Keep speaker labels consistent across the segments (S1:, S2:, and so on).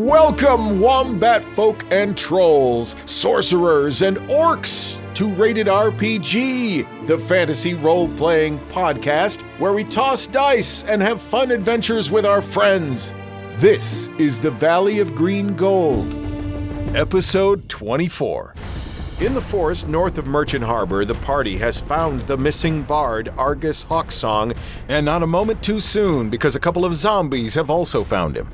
S1: Welcome, wombat folk and trolls, sorcerers and orcs, to Rated RPG, the fantasy role playing podcast where we toss dice and have fun adventures with our friends. This is the Valley of Green Gold, episode 24. In the forest north of Merchant Harbor, the party has found the missing bard Argus Hawksong, and not a moment too soon because a couple of zombies have also found him.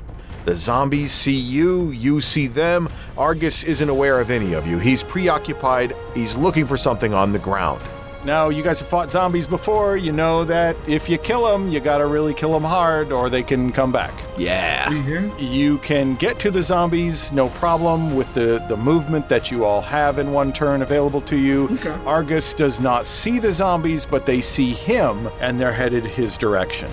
S1: The zombies see you, you see them. Argus isn't aware of any of you. He's preoccupied, he's looking for something on the ground. Now, you guys have fought zombies before. You know that if you kill them, you gotta really kill them hard or they can come back.
S2: Yeah.
S1: You can get to the zombies no problem with the, the movement that you all have in one turn available to you. Argus does not see the zombies, but they see him and they're headed his direction.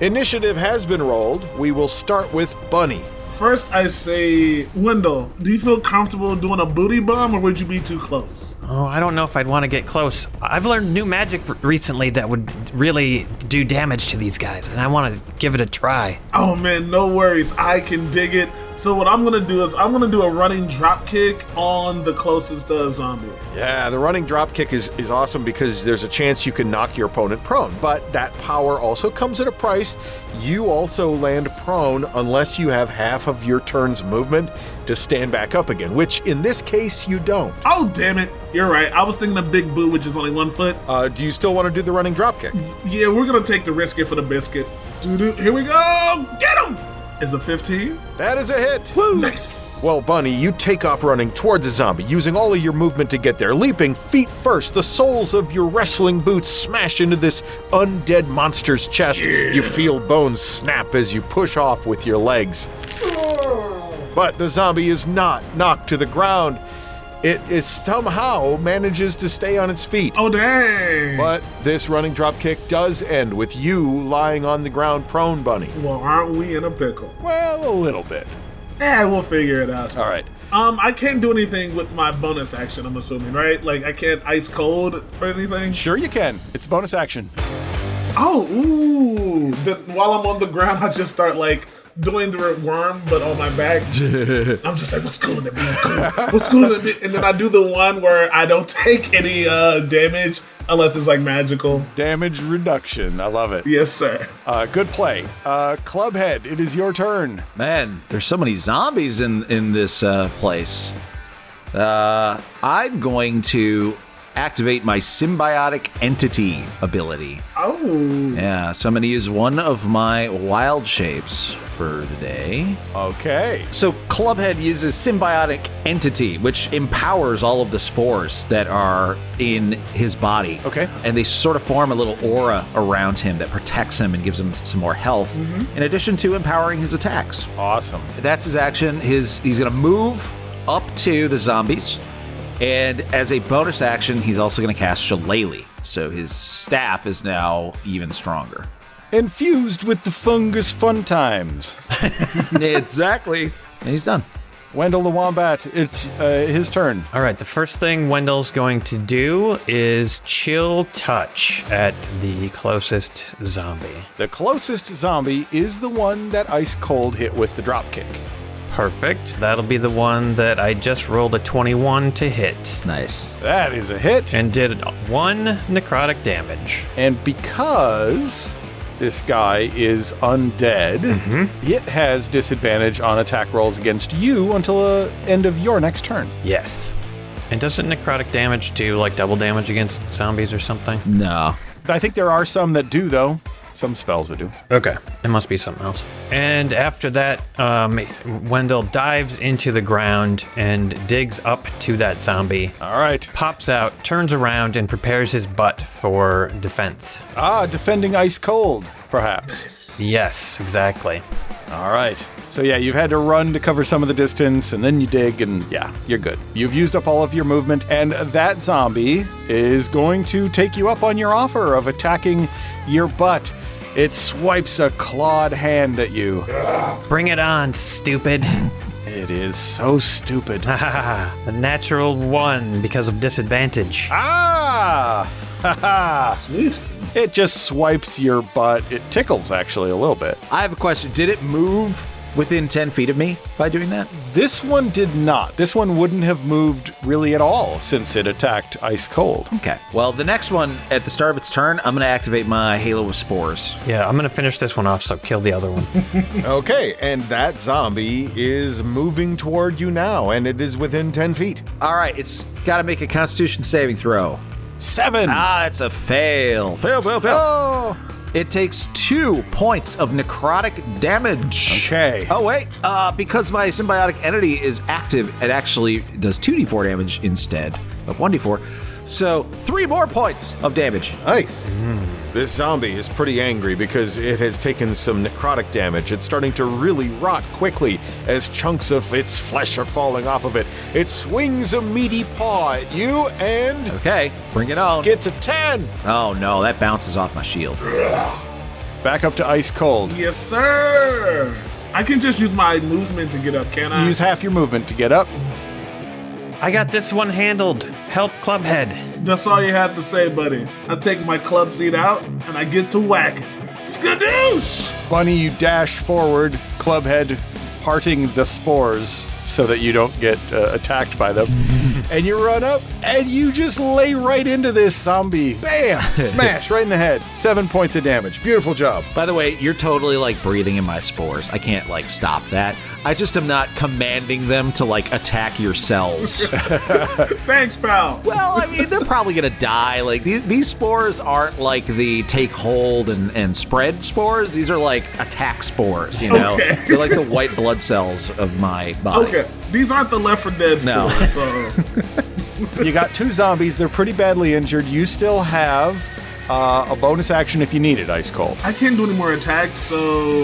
S1: Initiative has been rolled. We will start with Bunny.
S3: First, I say, Wendell, do you feel comfortable doing a booty bomb or would you be too close?
S4: Oh, I don't know if I'd want to get close. I've learned new magic r- recently that would really do damage to these guys, and I want to give it a try.
S3: Oh man, no worries. I can dig it. So, what I'm gonna do is I'm gonna do a running drop kick on the closest uh, zombie.
S1: Yeah, the running drop kick is, is awesome because there's a chance you can knock your opponent prone, but that power also comes at a price. You also land prone unless you have half of your turn's movement to stand back up again, which in this case you don't.
S3: Oh, damn it. You're right. I was thinking of Big Boo, which is only one foot.
S1: Uh, do you still want to do the running drop kick?
S3: Yeah, we're gonna take the risk it for the biscuit. Doo-doo. Here we go! Get him! Is a 15?
S1: That is a hit.
S3: Nice!
S1: Well, Bunny, you take off running toward the zombie, using all of your movement to get there, leaping feet first. The soles of your wrestling boots smash into this undead monster's chest. You feel bones snap as you push off with your legs. But the zombie is not knocked to the ground. It is somehow manages to stay on its feet.
S3: oh, dang!
S1: But this running drop kick does end with you lying on the ground prone, Bunny.
S3: Well, aren't we in a pickle?
S1: Well, a little bit.
S3: Eh, we'll figure it out.
S1: All right.
S3: Um, I can't do anything with my bonus action. I'm assuming, right? Like I can't ice cold or anything.
S1: Sure, you can. It's bonus action.
S3: Oh, ooh! The, while I'm on the ground, I just start like doing the worm, but on my back. I'm just like, what's cool in it, man? Cool. What's cool in it? man?" And then I do the one where I don't take any uh damage unless it's like magical.
S1: Damage reduction. I love it.
S3: Yes, sir.
S1: Uh, good play. Uh, Clubhead, it is your turn.
S2: Man, there's so many zombies in in this uh, place. Uh, I'm going to activate my symbiotic entity ability.
S3: Oh,
S2: Yeah, so I'm going to use one of my wild shapes for the day.
S1: Okay.
S2: So Clubhead uses symbiotic entity, which empowers all of the spores that are in his body.
S1: Okay.
S2: And they sort of form a little aura around him that protects him and gives him some more health, in addition to empowering his attacks.
S1: Awesome.
S2: That's his action. His he's gonna move up to the zombies, and as a bonus action, he's also gonna cast Shillelagh. So his staff is now even stronger.
S1: Infused with the fungus fun times.
S2: exactly. And he's done.
S1: Wendell the Wombat, it's uh, his turn.
S4: All right, the first thing Wendell's going to do is chill touch at the closest zombie.
S1: The closest zombie is the one that Ice Cold hit with the drop kick.
S4: Perfect. That'll be the one that I just rolled a 21 to hit
S2: Nice.
S1: That is a hit.
S4: and did one necrotic damage.
S1: And because this guy is undead, it has disadvantage on attack rolls against you until the end of your next turn.
S4: Yes. And doesn't necrotic damage do like double damage against zombies or something?
S2: No.
S1: I think there are some that do, though. Some spells that do.
S4: Okay. It must be something else. And after that, um, Wendell dives into the ground and digs up to that zombie,
S1: All right.
S4: pops out, turns around, and prepares his butt for defense.
S1: Ah, defending ice cold, perhaps.
S4: Yes, exactly.
S1: All right. So, yeah, you've had to run to cover some of the distance, and then you dig, and yeah, you're good. You've used up all of your movement, and that zombie is going to take you up on your offer of attacking your butt. It swipes a clawed hand at you.
S4: Bring it on, stupid.
S1: It is so stupid.
S4: A natural one because of disadvantage.
S1: ah!
S3: sweet.
S1: It just swipes your butt. It tickles, actually, a little bit.
S2: I have a question. Did it move within 10 feet of me by doing that?
S1: This one did not. This one wouldn't have moved really at all since it attacked Ice Cold.
S2: Okay. Well, the next one at the start of its turn, I'm going to activate my Halo of Spores.
S4: Yeah, I'm gonna finish this one off, so kill the other one.
S1: Okay, and that zombie is moving toward you now, and it is within 10 feet.
S2: All right, it's got to make a Constitution saving throw.
S1: Seven!
S2: Ah, it's a fail. Fail, fail, fail.
S1: Oh!
S2: It takes two points of necrotic damage.
S1: Okay.
S2: Oh, wait. Uh, because my symbiotic entity is active, it actually does 2d4 damage instead of 1d4. So, three more points of damage.
S1: Nice. This zombie is pretty angry because it has taken some necrotic damage. It's starting to really rot quickly as chunks of its flesh are falling off of it. It swings a meaty paw at you and
S2: Okay, bring it on.
S1: gets a 10.
S2: oh, no, that bounces off my shield.
S1: Back up to ice cold.
S3: Yes, sir. I can just use my movement to get up, can I?
S1: Use half your movement to get up.
S4: I got this one handled. Help, Clubhead.
S3: That's all you had to say, buddy. I take my club seat out and I get to whack. Skadoosh!
S1: Bunny, you dash forward, clubhead parting the spores so that you don't get uh, attacked by them. and you run up and you just lay right into this zombie. Bam! Smash right in the head. Seven points of damage. Beautiful job.
S2: By the way, you're totally like breathing in my spores. I can't like stop that. I just am not commanding them to like attack your cells.
S3: Thanks, pal.
S2: well, I mean, they're probably gonna die. Like these, these spores aren't like the take hold and, and spread spores. These are like attack spores. You know,
S3: Okay.
S2: they're like the white blood cells of my body.
S3: Okay, these aren't the Left 4 Dead
S2: No.
S3: spores, so
S1: You got two zombies. They're pretty badly injured. You still have uh, a bonus action if you need it, Ice Cold.
S3: I can't do any more attacks. So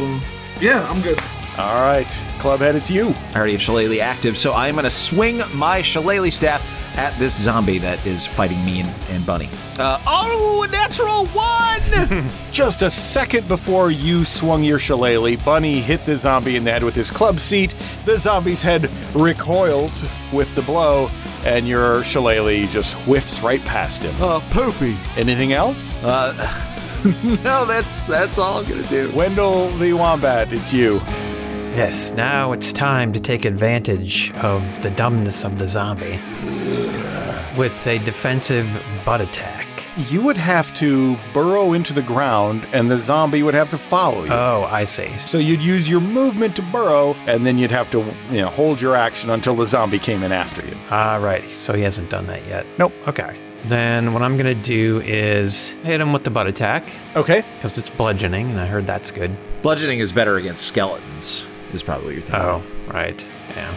S3: yeah, I'm good.
S1: All right, Clubhead, it's you.
S2: I already have Shillelagh active, so I'm gonna swing my Shillelagh staff at this zombie that is fighting me and, and Bunny. Uh, oh, a natural one!
S1: Just a second before you swung your shillelagh, Bunny hit the zombie in the head with his club seat. The zombie's head recoils with the blow, and your shillelagh just whiffs right past him.
S2: Oh, poopy. Uh,
S1: Anything else?
S2: No, that's that's all I'm gonna do.
S1: Wendell the Wombat, it's you.
S4: Yes, now it's time to take advantage of the dumbness of the zombie with a defensive butt attack.
S1: You would have to burrow into the ground, and the zombie would have to follow
S2: Uh.
S1: you.
S4: Oh, I see.
S1: so you'd use your movement to burrow, and then you'd have to, you know, hold your action until the zombie came in after you.
S4: All Ah, right, so he hasn't done that yet.
S1: Nope.
S4: Okay. Then what I'm gonna do is hit him with the butt attack
S1: Okay.
S4: because it's bludgeoning, and I heard that's good.
S2: Bludgeoning is better against skeletons, is probably what you're thinking.
S4: Oh, right. Yeah.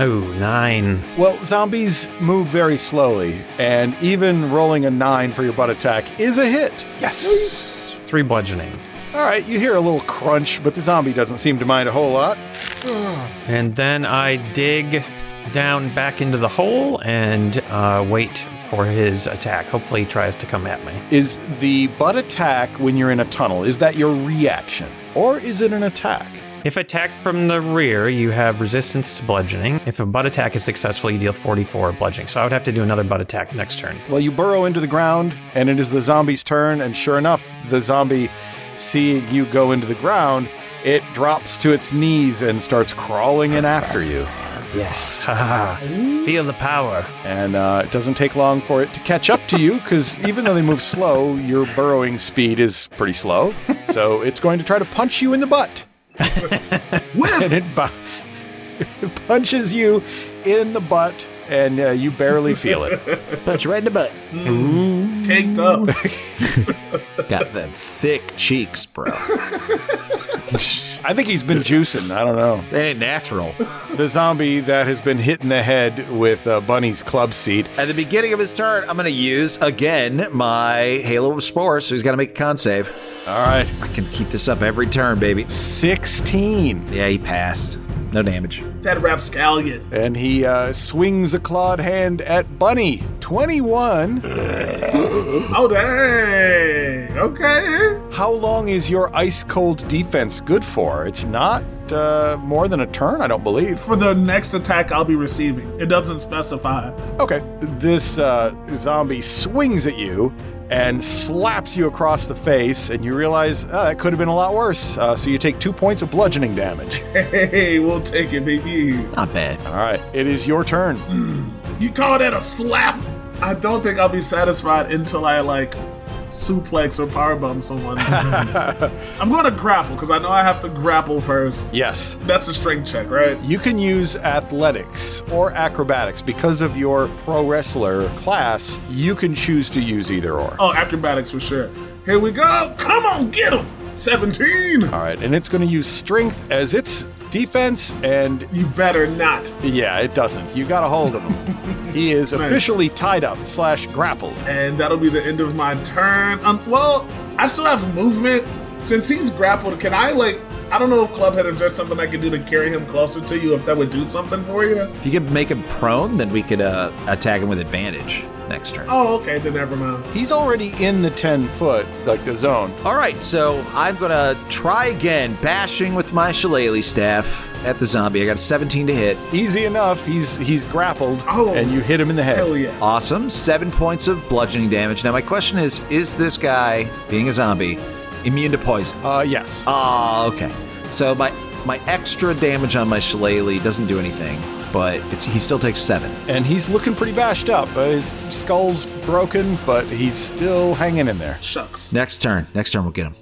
S4: Oh, nine.
S1: Well, zombies move very slowly, and even rolling a nine for your butt attack is a hit.
S4: Yes. Three bludgeoning.
S1: All right, you hear a little crunch, but the zombie doesn't seem to mind a whole lot.
S4: And then I dig down back into the hole and uh, wait for his attack. Hopefully, he tries to come at me.
S1: Is the butt attack when you're in a tunnel? Is that your reaction, or is it an attack?
S4: If attacked from the rear, you have resistance to bludgeoning. If a butt attack is successful, you deal 44 bludgeoning. So I would have to do another butt attack next turn.
S1: Well, you burrow into the ground, and it is the zombie's turn, and sure enough, the zombie, seeing you go into the ground, it drops to its knees and starts crawling in after you.
S4: Yes. Haha. Feel the power.
S1: and uh, it doesn't take long for it to catch up to you because even though they move slow, your burrowing speed is pretty slow. So it's going to try to punch you in the butt, and
S3: Whiff.
S1: it, bu- it punches you in the butt, and uh, you barely feel it.
S2: Punch right in the butt.
S3: Caked up.
S2: Got them thick cheeks, bro.
S1: I think he's been juicing. I don't know.
S2: They ain't natural.
S1: The zombie that has been hit in the head with uh, Bunny's club seat.
S2: At the beginning of his turn, I'm going to use again my Halo of Spores, so he's got to make a con save.
S1: All right,
S2: I can keep this up every turn, baby.
S1: sixteen.
S2: Yeah, he passed. No damage.
S3: That rapscallion.
S1: And he uh, swings a clawed hand at Bunny. 21.
S3: Oh dang. Okay.
S1: How long is your ice cold defense good for? It's not uh, more than a turn, I don't believe.
S3: For the next attack I'll be receiving, it doesn't specify.
S1: Okay. This uh, zombie swings at you and slaps you across the face, and you realize oh, that could have been a lot worse. Uh, so you take two points of bludgeoning damage.
S3: Hey, we'll take it, baby.
S2: Not bad.
S1: All right, it is your turn.
S3: You call that a slap? I don't think I'll be satisfied until I like suplex or powerbomb someone. I'm going to grapple because I know I have to grapple first.
S1: Yes.
S3: That's a strength check, right?
S1: You can use athletics or acrobatics. Because of your pro wrestler class, you can choose to use either or.
S3: Oh, acrobatics for sure. Here we go. Come on, get him. 17.
S1: All right, and it's going to use strength as its defense, and
S3: You better not.
S1: yeah, it doesn't. You got a hold of him. he is officially tied up slash grappled.
S3: And that'll be the end of my turn. Um, well, I still have movement. Since he's grappled, can I like? I don't know if Clubhead is there something I could do to carry him closer to you if that would do something for you.
S2: If you could make him prone, then we could uh, attack him with advantage next turn.
S3: Oh, okay, then never mind.
S1: He's already in the 10 foot, like the zone.
S2: All right, so I'm gonna try again, bashing with my shillelagh staff at the zombie. I got a 17 to hit.
S1: Easy enough. He's he's grappled,
S3: Oh.
S1: and you hit him in the head.
S3: Hell yeah.
S2: Awesome, seven points of bludgeoning damage. Now my question is: Is this guy, being a zombie, immune to poison?
S1: Uh, yes.
S2: Ah, okay. So my my extra damage on my shillelagh doesn't do anything, but it's, he still takes seven.
S1: and he's looking pretty bashed up. Uh, his skull's broken, but he's still hanging in there.
S3: Shucks.
S2: Next turn. Next turn, we'll get him.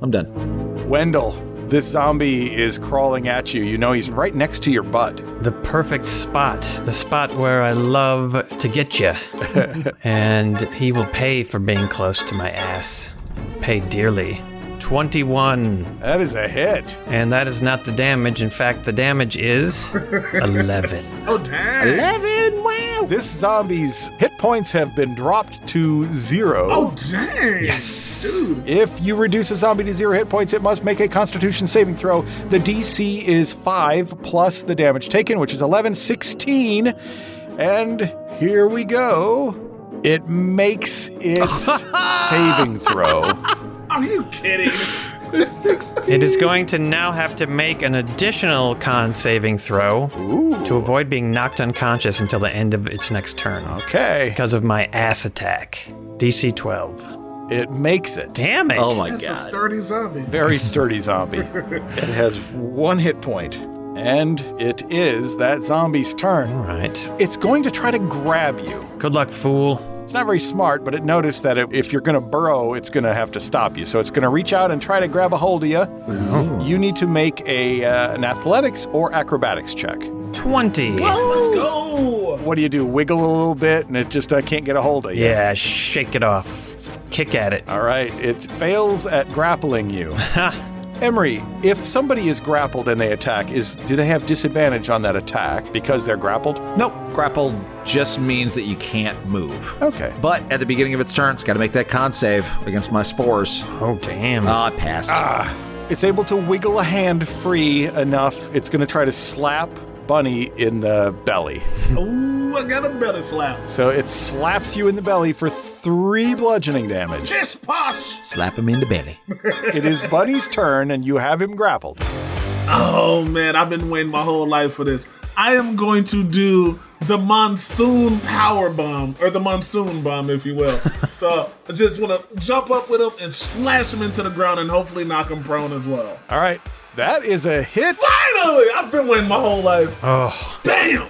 S2: I'm done.
S1: Wendell, this zombie is crawling at you. You know he's right next to your butt.
S4: The perfect spot. The spot where I love to get you. and he will pay for being close to my ass. Pay dearly. 21.
S1: That is a hit.
S4: And that is not the damage. In fact, the damage is 11.
S3: Oh dang.
S2: Evan, wow.
S1: This zombie's hit points have been dropped to zero.
S3: Oh dang. Yes. Dude.
S1: If you reduce a zombie to zero hit points, it must make a constitution saving throw. The DC is 5 plus the damage taken, which is 11, 16. And here we go. It makes its saving throw.
S3: Are you kidding?
S4: It is going to now have to make an additional con saving throw to avoid being knocked unconscious until the end of its next turn
S1: Okay.
S4: because of my ass attack. DC 12.
S1: It makes it.
S4: Damn it.
S2: Oh my
S3: That's a
S2: god.
S3: sturdy zombie.
S1: Very sturdy zombie. it has one hit point, And it is that zombie's turn.
S4: All right.
S1: It's going to try to grab you.
S4: Good luck, fool.
S1: It's not very smart, but it noticed that it, if you're going to burrow, it's going to have to stop you. So it's going to reach out and try to grab a hold of you. You need to make a uh, an athletics or acrobatics check.
S4: 20.
S3: Let's go.
S1: What do you do? Wiggle a little bit, and it just uh, can't get a hold of you.
S4: Yeah, shake it off. Kick at it.
S1: All right, it fails at grappling you.
S2: Uh.
S1: Emery, if somebody is grappled and they attack, is do they have disadvantage on that attack because they're grappled?
S2: Nope. Grapple just means that you can't move.
S1: Okay.
S2: But at the beginning of its turn, it's got to make that con save against my spores.
S4: Oh, damn.
S2: Ah, I passed.
S1: It's able to wiggle a hand free enough. It's going to try to slap Bunny in the belly.
S3: Ooh, I got a belly slap.
S1: So it slaps you in the belly for three bludgeoning damage.
S3: This posh.
S2: Slap him in the belly.
S1: it is Bunny's turn, and you have him grappled.
S3: Oh man, I've been waiting my whole life for this. I am going to do the monsoon power bomb, or the monsoon bomb, if you will. so I just want to jump up with him and slash him into the ground, and hopefully knock him prone as well.
S1: All right, that is a hit.
S3: Finally, I've been waiting my whole life.
S4: Oh.
S3: Bam!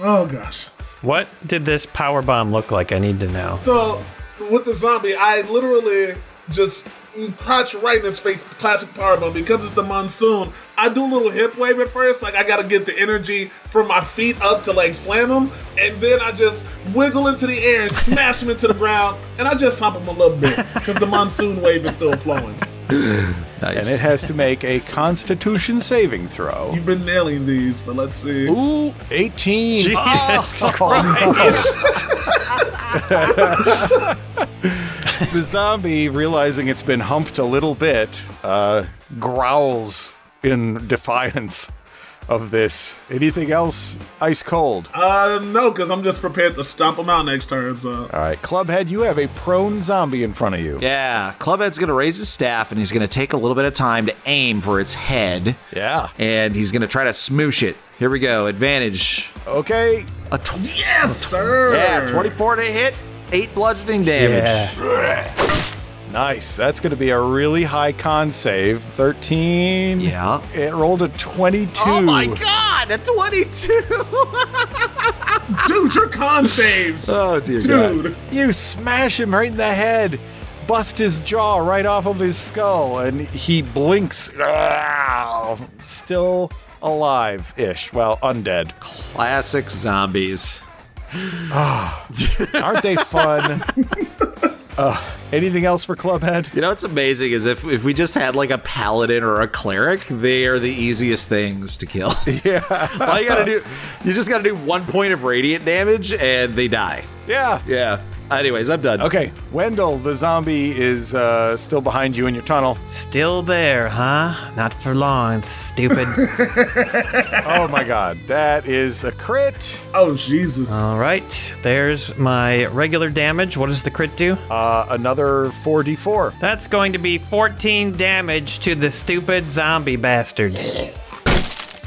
S3: Oh gosh.
S4: What did this power bomb look like? I need to know.
S3: So with the zombie, I literally just crouch right in his face, classic power bomb. Because it's the monsoon, I do a little hip wave at first. Like I gotta get the energy from my feet up to like slam him, and then I just wiggle into the air and smash him into the ground, and I just hump him a little bit because the monsoon wave is still flowing.
S1: And it
S2: Nice.
S1: has to make a Constitution saving throw.
S3: You've been nailing these, but let's see.
S1: Ooh, 18.
S4: Jesus
S1: Oh, the zombie, realizing it's been humped a little bit, uh, growls in defiance of this. Anything else? Ice cold.
S3: Uh, no, because I'm just prepared to stomp him out next turn. So
S1: All right, Clubhead, you have a prone zombie in front of you.
S2: Yeah, Clubhead's gonna raise his staff and he's gonna take a little bit of time to aim for its head,
S1: Yeah.
S2: and he's gonna try to smoosh it. Here we go, advantage.
S1: Okay.
S2: A tw-
S3: yes, sir.
S2: yeah, 24 to hit. eight bludgeoning damage.
S4: Yeah.
S1: Nice. That's going to be a really high con save. 13.
S2: Yeah.
S1: It rolled a 22.
S2: Oh my god, a 22!
S3: Dude, your con saves.
S2: Oh, dear
S3: Dude.
S1: You smash him right in the head, bust his jaw right off of his skull, and he blinks. Ah, Still alive ish. Well, undead.
S2: Classic zombies.
S1: Aren't they fun? Ugh. anything else for Clubhead?
S2: You know what's amazing is if, if we just had like a paladin or a cleric, they are the easiest things to kill. Yeah. All you gotta do, you just gotta do one point of radiant damage and they die.
S1: Yeah.
S2: Yeah. Anyways, I'm done.
S1: Okay, Wendell, the zombie is uh, still behind you in your tunnel.
S4: Still there, huh? Not for long, stupid.
S1: Oh my god, that is a crit.
S3: Oh Jesus.
S4: All right, there's my regular damage. What does the crit do?
S1: Uh, another 4d4.
S4: That's going to be 14 damage to the stupid zombie bastard.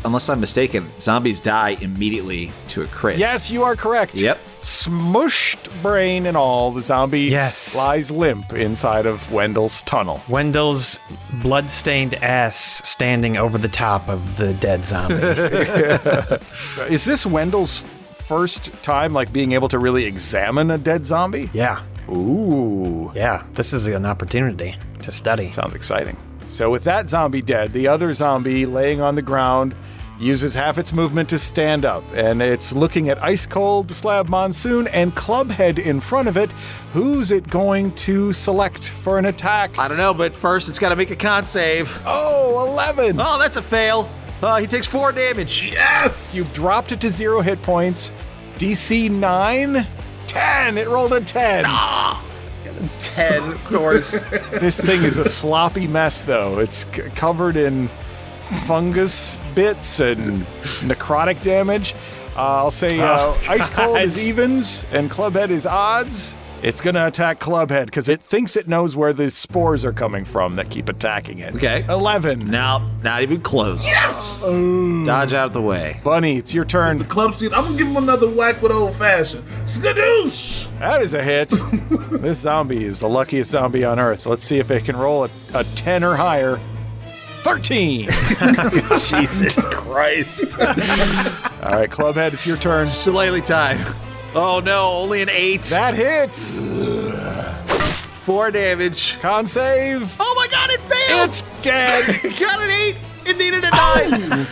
S2: Unless I'm mistaken, zombies die immediately to a crit.
S1: Yes, you are correct.
S2: Yep.
S1: Smushed brain and all, the zombie
S4: Yes.
S1: lies limp inside of Wendell's tunnel.
S4: Wendell's blood-stained ass standing over the top of the dead zombie.
S1: Is this Wendell's first time like being able to really examine a dead zombie?
S4: yeah,
S1: Ooh.
S4: yeah, this is an opportunity to study.
S1: Sounds exciting. So with that zombie dead, the other zombie laying on the ground uses half its movement to stand up, and it's looking at Ice Cold, Slab Monsoon, and Clubhead in front of it. Who's it going to select for an attack?
S2: I don't know, but first it's gotta make a con save.
S1: Oh, 11!
S2: Oh, that's a fail. Uh, he takes four damage.
S3: yes.
S1: You've dropped it to zero hit points. DC 9? 10! It rolled a 10.
S2: Ten, of course.
S1: This thing is a sloppy mess, though. It's c- covered in fungus bits and necrotic damage. Uh, I'll say uh, Ice Cold is evens and Clubhead is odds. It's going to attack Clubhead because it thinks it knows where the spores are coming from that keep attacking it.
S2: Okay.
S1: 11.
S2: no, not even close. Dodge out of the way.
S1: Bunny, it's your turn.
S3: the club scene. I'm gonna give him another whack with old fashioned. Skadoosh!
S1: That is a hit. this zombie is the luckiest zombie on earth. Let's see if it can roll a, a 10 or higher. 13.
S2: Jesus Christ.
S1: All right, Clubhead, it's your turn.
S2: Shillelagh time. Oh no, only an eight.
S1: That hits.
S2: Four damage.
S1: Con save.
S2: Oh my god, it failed!
S1: It's dead.
S2: It got an eight! It needed a nine!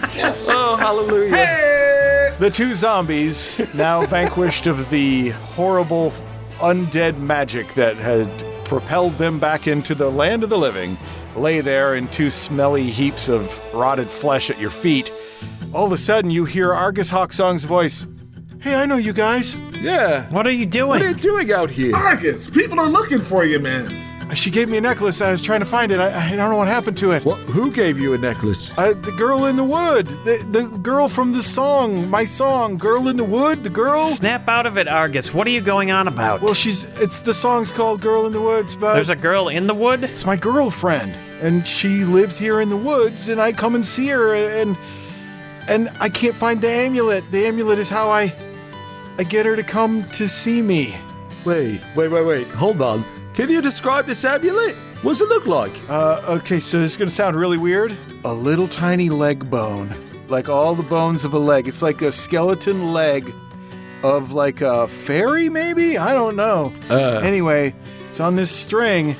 S2: Oh, hallelujah.
S1: the two zombies, now vanquished of the horrible undead magic that had propelled them back into the land of the living, lay there in two smelly heaps of rotted flesh at your feet. All of a sudden, you hear Argus Hawksong's voice. Hey, I know you guys.
S2: Yeah.
S4: What are you doing?
S2: doing out here?
S3: Argus, people are looking for you, man.
S1: She gave me a necklace. I was trying to find it. I, I don't know what happened to it.
S2: who gave you a necklace?
S1: Uh, the girl in the wood. The, the girl from the song. My song. Girl in the wood. The girl.
S4: Snap out of it, Argus. What are you going on about?
S1: Well, she's. It's the song's called "Girl in the Woods," but
S4: There's a girl in the wood?
S1: it's my girlfriend, and she lives here in the woods, and I come and see her, and and I can't find the amulet. The amulet is how I I get her to come to see me.
S2: Wait, wait, wait, wait. Hold on. Can you describe this amulet? What's it look like?
S1: Uh, okay, so this is gonna sound really weird. A little tiny leg bone, like all the bones of a leg. It's like a skeleton leg of like a fairy, maybe. I don't know.
S2: Uh.
S1: Anyway, it's on this string,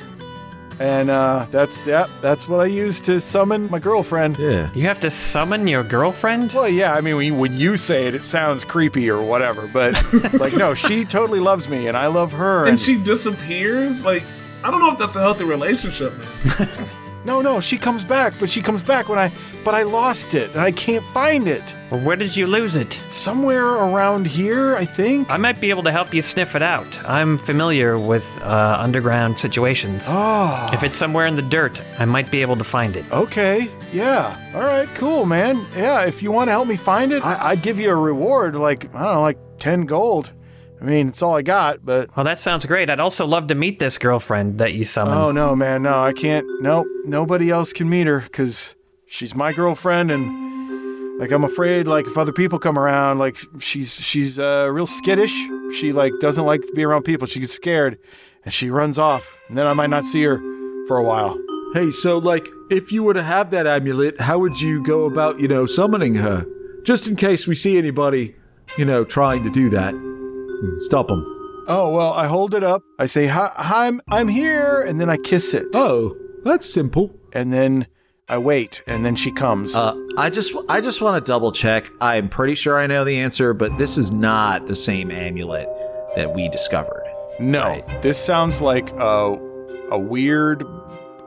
S1: and uh, that's yeah, that's what I use to summon my girlfriend.
S2: Yeah.
S4: You have to summon your girlfriend?
S1: Well, yeah, I mean, when you, when you say it, it sounds creepy or whatever, but like, no, she totally loves me, and I love her.
S3: And she disappears. Like, I don't know if that's a healthy relationship, man.
S1: no, no, she comes back, but she comes back when I, but I lost it, and I can't find it.
S4: Well, where did you lose it?
S1: somewhere around here, I think.
S4: I might be able to help you sniff it out. I'm familiar with uh, underground situations.
S1: Oh,
S4: If it's somewhere in the dirt, I might be able to find it.
S1: okay. Yeah. All right. Cool, man. Yeah. If you want to help me find it, I- I'd give you a reward, like I don't know, like ten gold. I mean, it's all I got, but.
S4: Well, Oh, that sounds great. I'd also love to meet this girlfriend that you summoned.
S1: Oh no, man. No, I can't. Nope. Nobody else can meet her because she's my girlfriend, and Like I'm afraid, like if other people come around, like she's she's uh, real skittish. She like doesn't like to be around people. She gets scared, and she runs off. And then I might not see her for a while.
S5: Hey, so like, if you were to have that amulet, how would you go about, you know, summoning her? Just in case we see anybody, you know, trying to do that. Hmm, Stop them.
S1: Oh well, I hold it up. I say, "Hi, hi, I'm I'm here," and then I kiss it,
S5: Oh, that's simple.
S1: and then I wait, and then she comes.
S2: Uh, I just I just want to double check. I'm pretty sure I know the answer, but this is not the same amulet that we discovered.
S1: No,
S2: Right.
S1: this sounds like a, a weird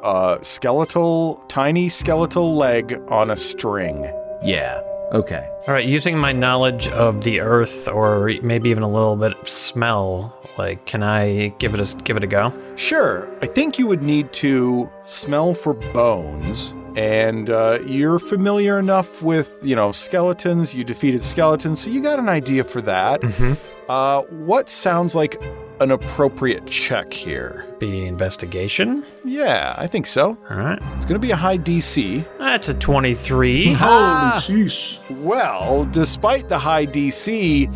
S1: uh, skeletal, tiny skeletal leg on a string.
S2: Yeah. Okay.
S4: All right, using my knowledge of the earth, or e, maybe even a little bit of smell, like can I give it a give it a go?
S1: Sure, I think you would need to smell for bones, and uh, you're familiar enough with you know skeletons. You defeated skeletons, so you got an idea for that.
S4: Mhm.
S1: Uh, what sounds like an appropriate check here?
S4: Be investigation.
S1: Yeah, I think so.
S4: All right,
S1: It's going to be a high DC.
S4: that's a twenty-three.
S3: Holy sheesh.
S1: Well, despite the high DC,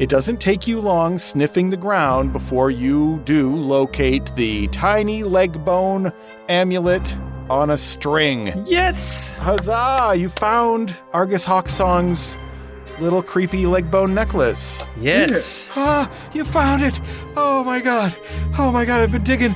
S1: it doesn't take you long sniffing the ground before you do locate the tiny leg bone amulet on a string.
S4: yes.
S1: Huzzah! You found Argus Hawksong's little creepy leg bone necklace.
S4: Yes.
S1: Ah, you found it! Oh my god! Oh my god, I've been digging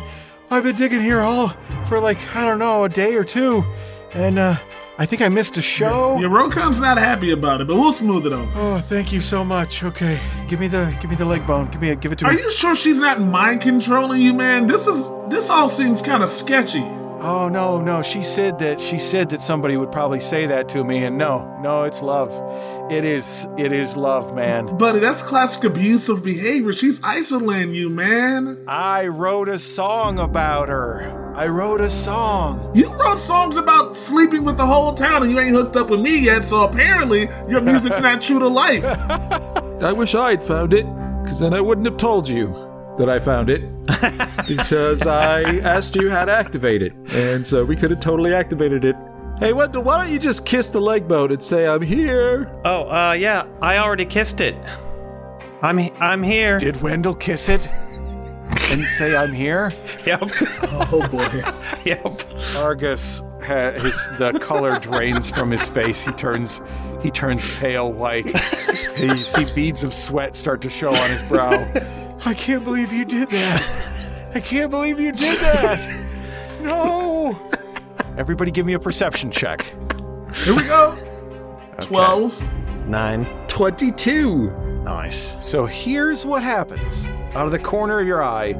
S1: I've been digging here all for like, I don't know, a day or two. And uh I think I missed a show.
S3: Yeah, Rokon's not happy about it, but we'll smooth it over.
S1: Oh, thank you so much. Okay, give me the give me the leg bone. Give me give it to
S3: Are
S1: me.
S3: you sure she's not mind controlling you, man? This is this all seems kind of sketchy.
S1: oh no, no. She said that she said that somebody would probably say that to me, and no, no, it's love. It is it is love, man.
S3: Buddy, that's classic abusive behavior. She's isolating you, man.
S1: I wrote a song about her. I wrote a song.
S3: You wrote songs about sleeping with the whole town and you ain't hooked up with me yet, so apparently your music's not true to life.
S5: I wish I'd found it, because then I wouldn't have told you that I found it. because I asked you how to activate it, and so we could have totally activated it. Hey, Wendell, why don't you just kiss the leg bone and say, I'm here?
S4: Oh, uh, yeah. I already kissed it. I'm he- I'm here.
S1: Did Wendell kiss it? And say I'm here.
S4: Yep.
S3: Oh boy.
S4: Yep.
S1: Argus, ha- his the color drains from his face. He turns he turns pale white. And you see beads of sweat start to show on his brow. I can't believe you did that. I can't believe you did that. No. Everybody, give me a perception check.
S3: Here we go. 12.
S4: Nine.
S5: 22.
S4: Nice.
S1: So here's what happens. Out of the corner of your eye,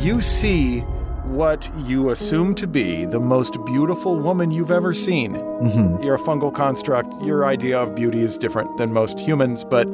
S1: you see what you assume to be the most beautiful woman you've ever seen. Mm-hmm. You're a fungal construct. Your idea of beauty is different than most humans, but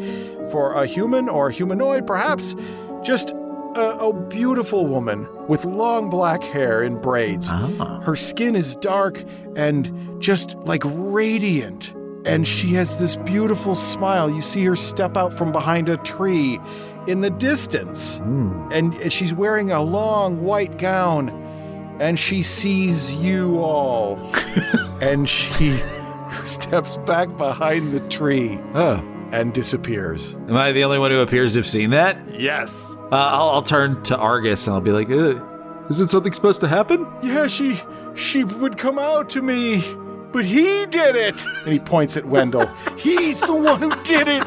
S1: for a human or humanoid, perhaps, just a, a beautiful woman with long black hair in braids.
S5: Oh.
S1: Her skin is dark and just like radiant. And she has this beautiful smile. You see her step out from behind a tree in the distance. And she's wearing a long white gown. And she sees you all. and she steps back behind the tree
S2: Oh,
S1: and disappears.
S2: am I the only one who appears to have seen that?
S1: Yes.
S2: Uh, I'll, I'll turn to Argus and I'll be like, "Uh,
S5: Isn't something supposed to happen?
S1: Yeah, she she would come out to me, but he did it. And he points at Wendell. He's the one who did it.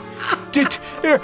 S1: Did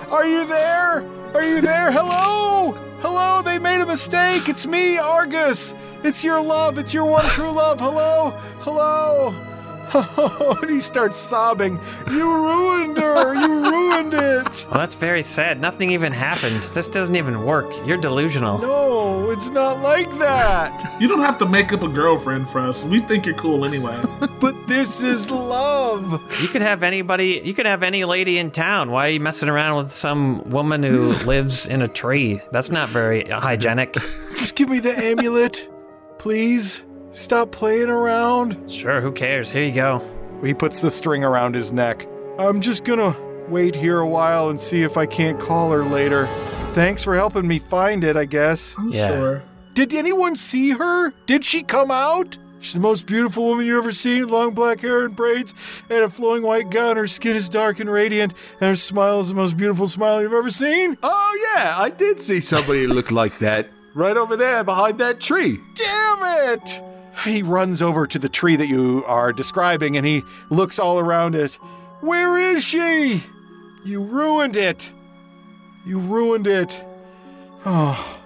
S1: are you there? Are you there? Hello? Hello, they made a mistake. It's me, Argus. It's your love. It's your one true love. Hello? Hello? and he starts sobbing. You ruined her. You ruined it.
S4: Well, that's very sad. Nothing even happened. This doesn't even work. You're delusional.
S1: No, it's not like that.
S3: You don't have to make up a girlfriend for us. We think you're cool anyway.
S1: But this is love.
S4: You could have anybody. You could have any lady in town. Why are you messing around with some woman who lives in a tree? That's not very hygienic.
S1: Just give me the amulet, please. Stop playing around.
S4: Sure, who cares? Here you go.
S1: He puts the string around his neck. I'm just gonna wait here a while and see if I can't call her later. Thanks for helping me find it, I guess.
S3: I'm
S4: Yeah.
S3: sure.
S1: Did anyone see her? Did she come out? She's the most beautiful woman you've ever seen, long black hair and braids, and a flowing white gown. Her skin is dark and radiant, and her smile is the most beautiful smile you've ever seen.
S5: Oh, yeah, I did see somebody look like that right over there behind that tree.
S1: Damn it! He runs over to the tree that you are describing and he looks all around it. Where is she? You ruined it. You ruined it. Oh,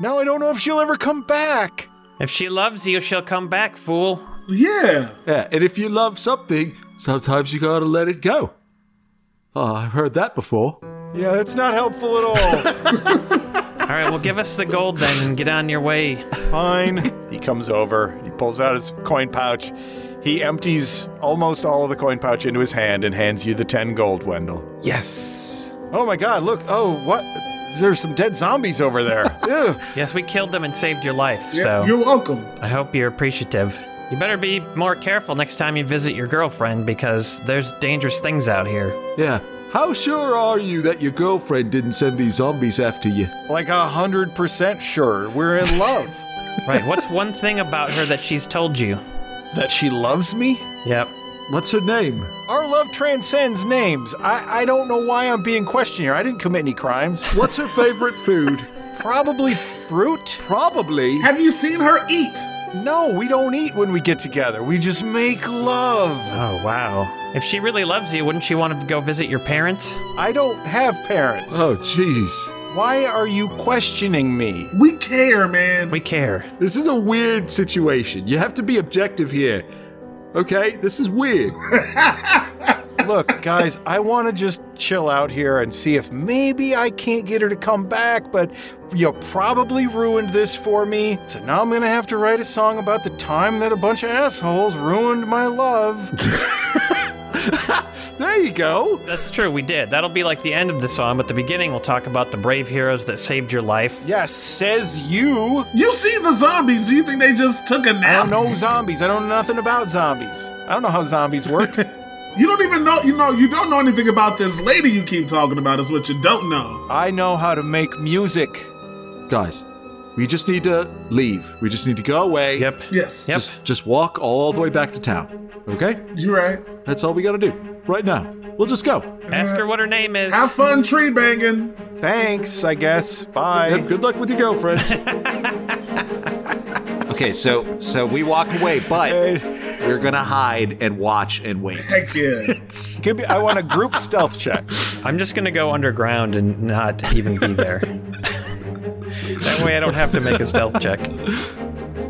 S1: now I don't know if she'll ever come back.
S4: If she loves you, she'll come back, fool.
S3: Yeah.
S5: Yeah, and if you love something, sometimes you gotta let it go. Oh, I've heard that before.
S1: Yeah, that's not helpful at all.
S4: All right, well, give us the gold then and get on your way.
S1: Fine. He comes over, he pulls out his coin pouch. He empties almost all of the coin pouch into his hand and hands you the 10 gold, Wendell.
S4: Yes.
S1: Oh my god, look. Oh, what? There's some dead zombies over there. Ew.
S4: Yes, we killed them and saved your life,
S3: Yeah,
S4: so
S3: You're welcome.
S4: I hope you're appreciative. You better be more careful next time you visit your girlfriend because there's dangerous things out here.
S5: Yeah. How sure are you that your girlfriend didn't send these zombies after you?
S1: like a hundred percent sure we're in love.
S4: Right, what's one thing about her that she's told you?
S1: that she loves me?
S4: Yep.
S5: What's her name?
S1: Our love transcends names. I, I don't know why I'm being questioned here. I didn't commit any crimes.
S5: What's her favorite food?
S1: Probably fruit?
S5: Probably.
S3: Have you seen her eat?
S1: No, we don't eat when we get together. We just make love.
S4: Oh, wow. If she really loves you, wouldn't she want to go visit your parents?
S1: I don't have parents.
S5: Oh, jeez.
S1: Why are you questioning me?
S3: We care, man.
S4: We care.
S5: This is a weird situation. You have to be objective here. Okay, this is weird.
S1: Look, guys, I want to just chill out here and see if maybe I can't get her to come back, but you probably ruined this for me. So now I'm going to have to write a song about the time that a bunch of assholes ruined my love.
S5: There you go.
S4: That's true, we did. That'll be like the end of the song, but the beginning we'll talk about the brave heroes that saved your life.
S1: yes, says you.
S3: you see the zombies. You think they just took a
S1: I
S3: nap?
S1: don't know zombies. I don't know nothing about zombies. I don't know how zombies work.
S3: You don't even know. You know. You don't know anything about this lady you keep talking about. Is what you don't know.
S1: I know how to make music.
S5: Guys, we just need to leave. We just need to go away.
S4: Yep.
S3: Yes.
S4: Yep.
S5: Just just walk all the way back to town. Okay?
S3: You're right.
S5: That's all we gotta do. Right now. We'll just go.
S4: Ask her what her name is.
S3: Uh, Have fun tree banging.
S1: Thanks, I guess.
S5: And
S1: Bye.
S5: good luck with your girlfriend.
S2: Okay, so so we walk away, but we're gonna hide and watch and wait.
S3: Heck yeah.
S1: Give me, I want a group stealth check.
S4: I'm just gonna go underground and not even be there. that way I don't have to make a stealth check.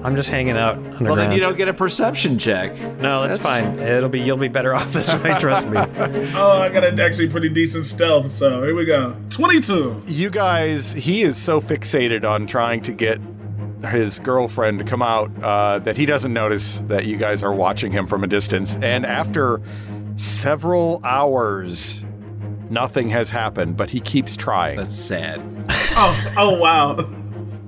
S4: I'm just hanging out underground.
S2: Well, then you don't get a perception check.
S4: no, that's, fine. It'll be you'll be better off this way, trust me.
S3: oh, I got an actually pretty decent stealth. So here we go. Twenty-two.
S1: you guys, he is so fixated on trying to get his girlfriend to come out uh, that he doesn't notice that you guys are watching him from a distance. And after several hours, nothing has happened, but he keeps trying.
S2: That's sad.
S3: Oh. Oh wow.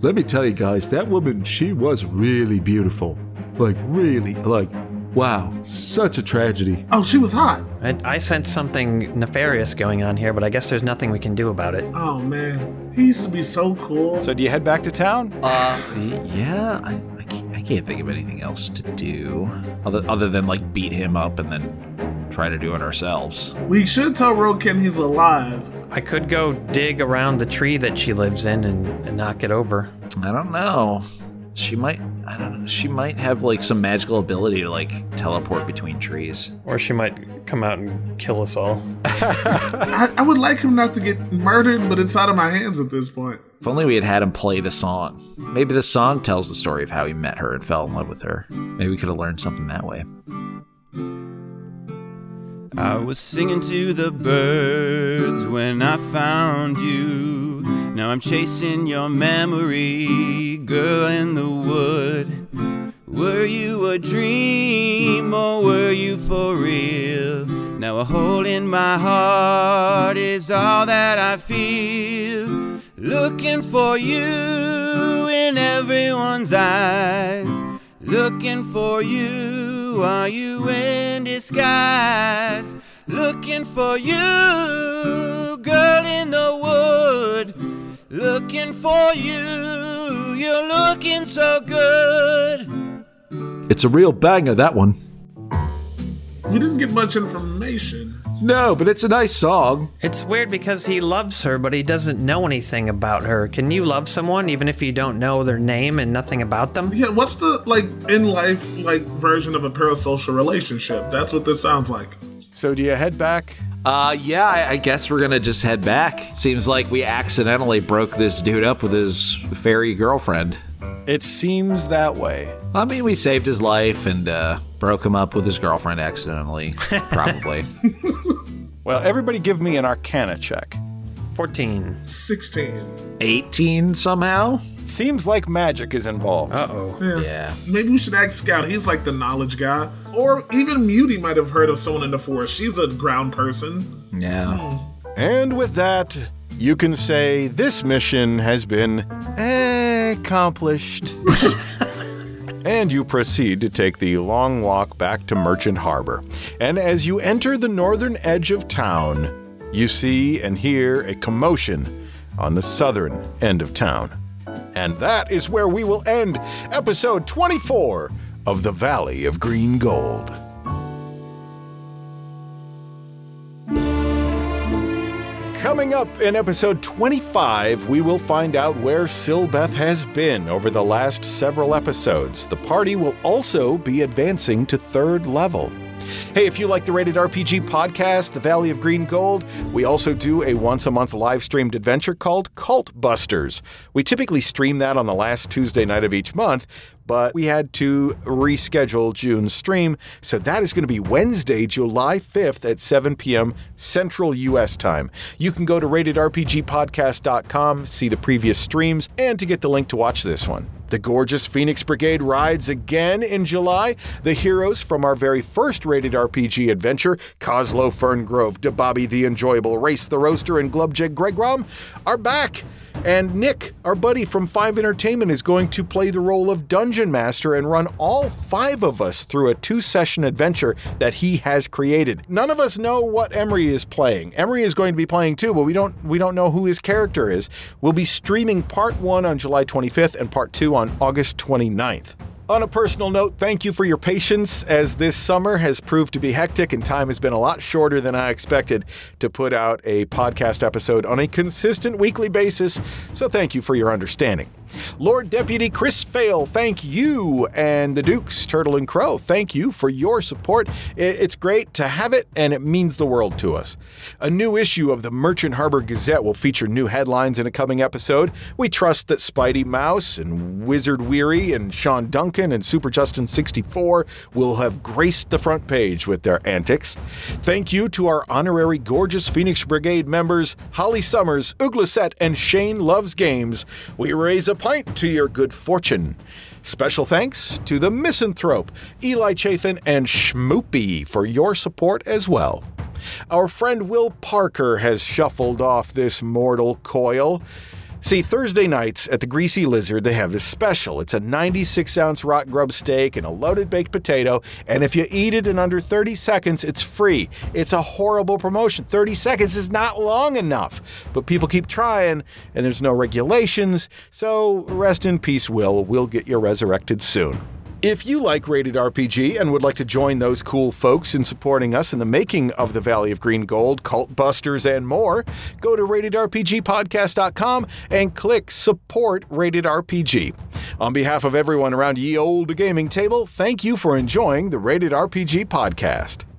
S5: Let me tell you guys, that woman, she was really beautiful. Like really, like wow, such a tragedy.
S3: Oh, she was hot.
S4: I, I sense something nefarious going on here, but I guess there's nothing we can do about it.
S3: Oh man. He used to be so cool.
S1: so, do you head back to town?
S2: Uh, yeah, I, I, can't, I can't think of anything else to do other other than like beat him up and then try to do it ourselves.
S3: we should tell Roken he's alive.
S4: I could go dig around the tree that she lives in and, and knock it over.
S2: I don't know. She might. I don't know. She might have like some magical ability to like teleport between trees.
S4: Or she might come out and kill us all.
S3: I, I would like him not to get murdered, but it's out of my hands at this point.
S2: If only we had had him play the song. Maybe the song tells the story of how he met her and fell in love with her. Maybe we could have learned something that way.
S6: I was singing to the birds when I found you. Now I'm chasing your memory, girl in the wood. Were you a dream or were you for real? Now a hole in my heart is all that I feel. Looking for you in everyone's eyes. Looking for you, are you in disguise? Looking for you, girl in the wood. Looking for you, you're looking so good.
S5: It's a real banger, that one.
S3: We didn't get much information.
S5: No, but it's a nice song.
S4: It's weird because he loves her, but he doesn't know anything about her. Can you love someone even if you don't know their name and nothing about them?
S3: Yeah, what's the like in life like version of a parasocial relationship? That's what this sounds like.
S1: So do you head back?
S2: Uh, yeah, I, I guess we're gonna just head back. Seems like we accidentally broke this dude up with his fairy girlfriend.
S1: It seems that way.
S2: I mean, we saved his life and uh, broke him up with his girlfriend accidentally, probably.
S1: Well, everybody give me an arcana check.
S4: 14.
S3: 16.
S2: 18 somehow?
S1: Seems like magic is involved.
S2: Yeah.
S3: Maybe we should ask Scout. He's like the knowledge guy. Or even Muty might have heard of someone in the forest. She's a ground person.
S2: Yeah.
S1: And with that, you can say this mission has been accomplished. and you proceed to take the long walk back to Merchant Harbor. And as you enter the northern edge of town, you see and hear a commotion on the southern end of town. And that is where we will end episode 24 of The Valley of Green Gold. Coming up in episode 25, we will find out where Silbeth has been over the last several episodes. The party will also be advancing to third level. Hey, if you like the Rated RPG podcast, The Valley of Green Gold, we also do a once a month live streamed adventure called Cult Busters. We typically stream that on the last Tuesday night of each month, but we had to reschedule June's stream, so that is going to be Wednesday, July 5th at 7 p.m. Central U.S. time. You can go to ratedrpgpodcast.com, see the previous streams, and to get the link to watch this one. The gorgeous Phoenix Brigade rides again in July. The heroes from our very first rated RPG adventure, Coslow Ferngrove, DeBobby the Enjoyable, Race the Roaster, and Glubjig Gregrom, are back. And Nick, our buddy from Five Entertainment, is going to play the role of Dungeon Master and run all five of us through a two session adventure that he has created. None of us know what Emery is playing. Emery is going to be playing too, but we don't we don't know who his character is. We'll be streaming part one on July 25th and part two on August 29th. On a personal note, thank you for your patience as this summer has proved to be hectic and time has been a lot shorter than I expected to put out a podcast episode on a consistent weekly basis. So thank you for your understanding. Lord Deputy Chris Fail, thank you. And the Dukes, Turtle and Crow, thank you for your support. I- It's great to have it and it means the world to us. A new issue of the Merchant Harbor Gazette will feature new headlines in a coming episode. We trust that Spidey Mouse and Wizard Weary and Sean Duncan and Super Justin 64 will have graced the front page with their antics. Thank you to our honorary gorgeous Phoenix Brigade members, Holly Summers, Uglisette, and Shane Loves Games. We raise a pint to your good fortune. Special thanks to the Misanthrope, Eli Chafin, and Schmoopy for your support as well. Our friend Will Parker has shuffled off this mortal coil. See, Thursday nights at the Greasy Lizard, they have this special. It's a 96 ounce rot grub steak and a loaded baked potato, and if you eat it in under 30 seconds, it's free. It's a horrible promotion. 30 seconds is not long enough, but people keep trying, and there's no regulations, so rest in peace, Will. We'll get you resurrected soon. If you like Rated RPG and would like to join those cool folks in supporting us in the making of the Valley of Green Gold, Cult Busters, and more, go to ratedrpgpodcast.com and click Support Rated RPG. On behalf of everyone around Ye Old Gaming Table, thank you for enjoying the Rated RPG podcast.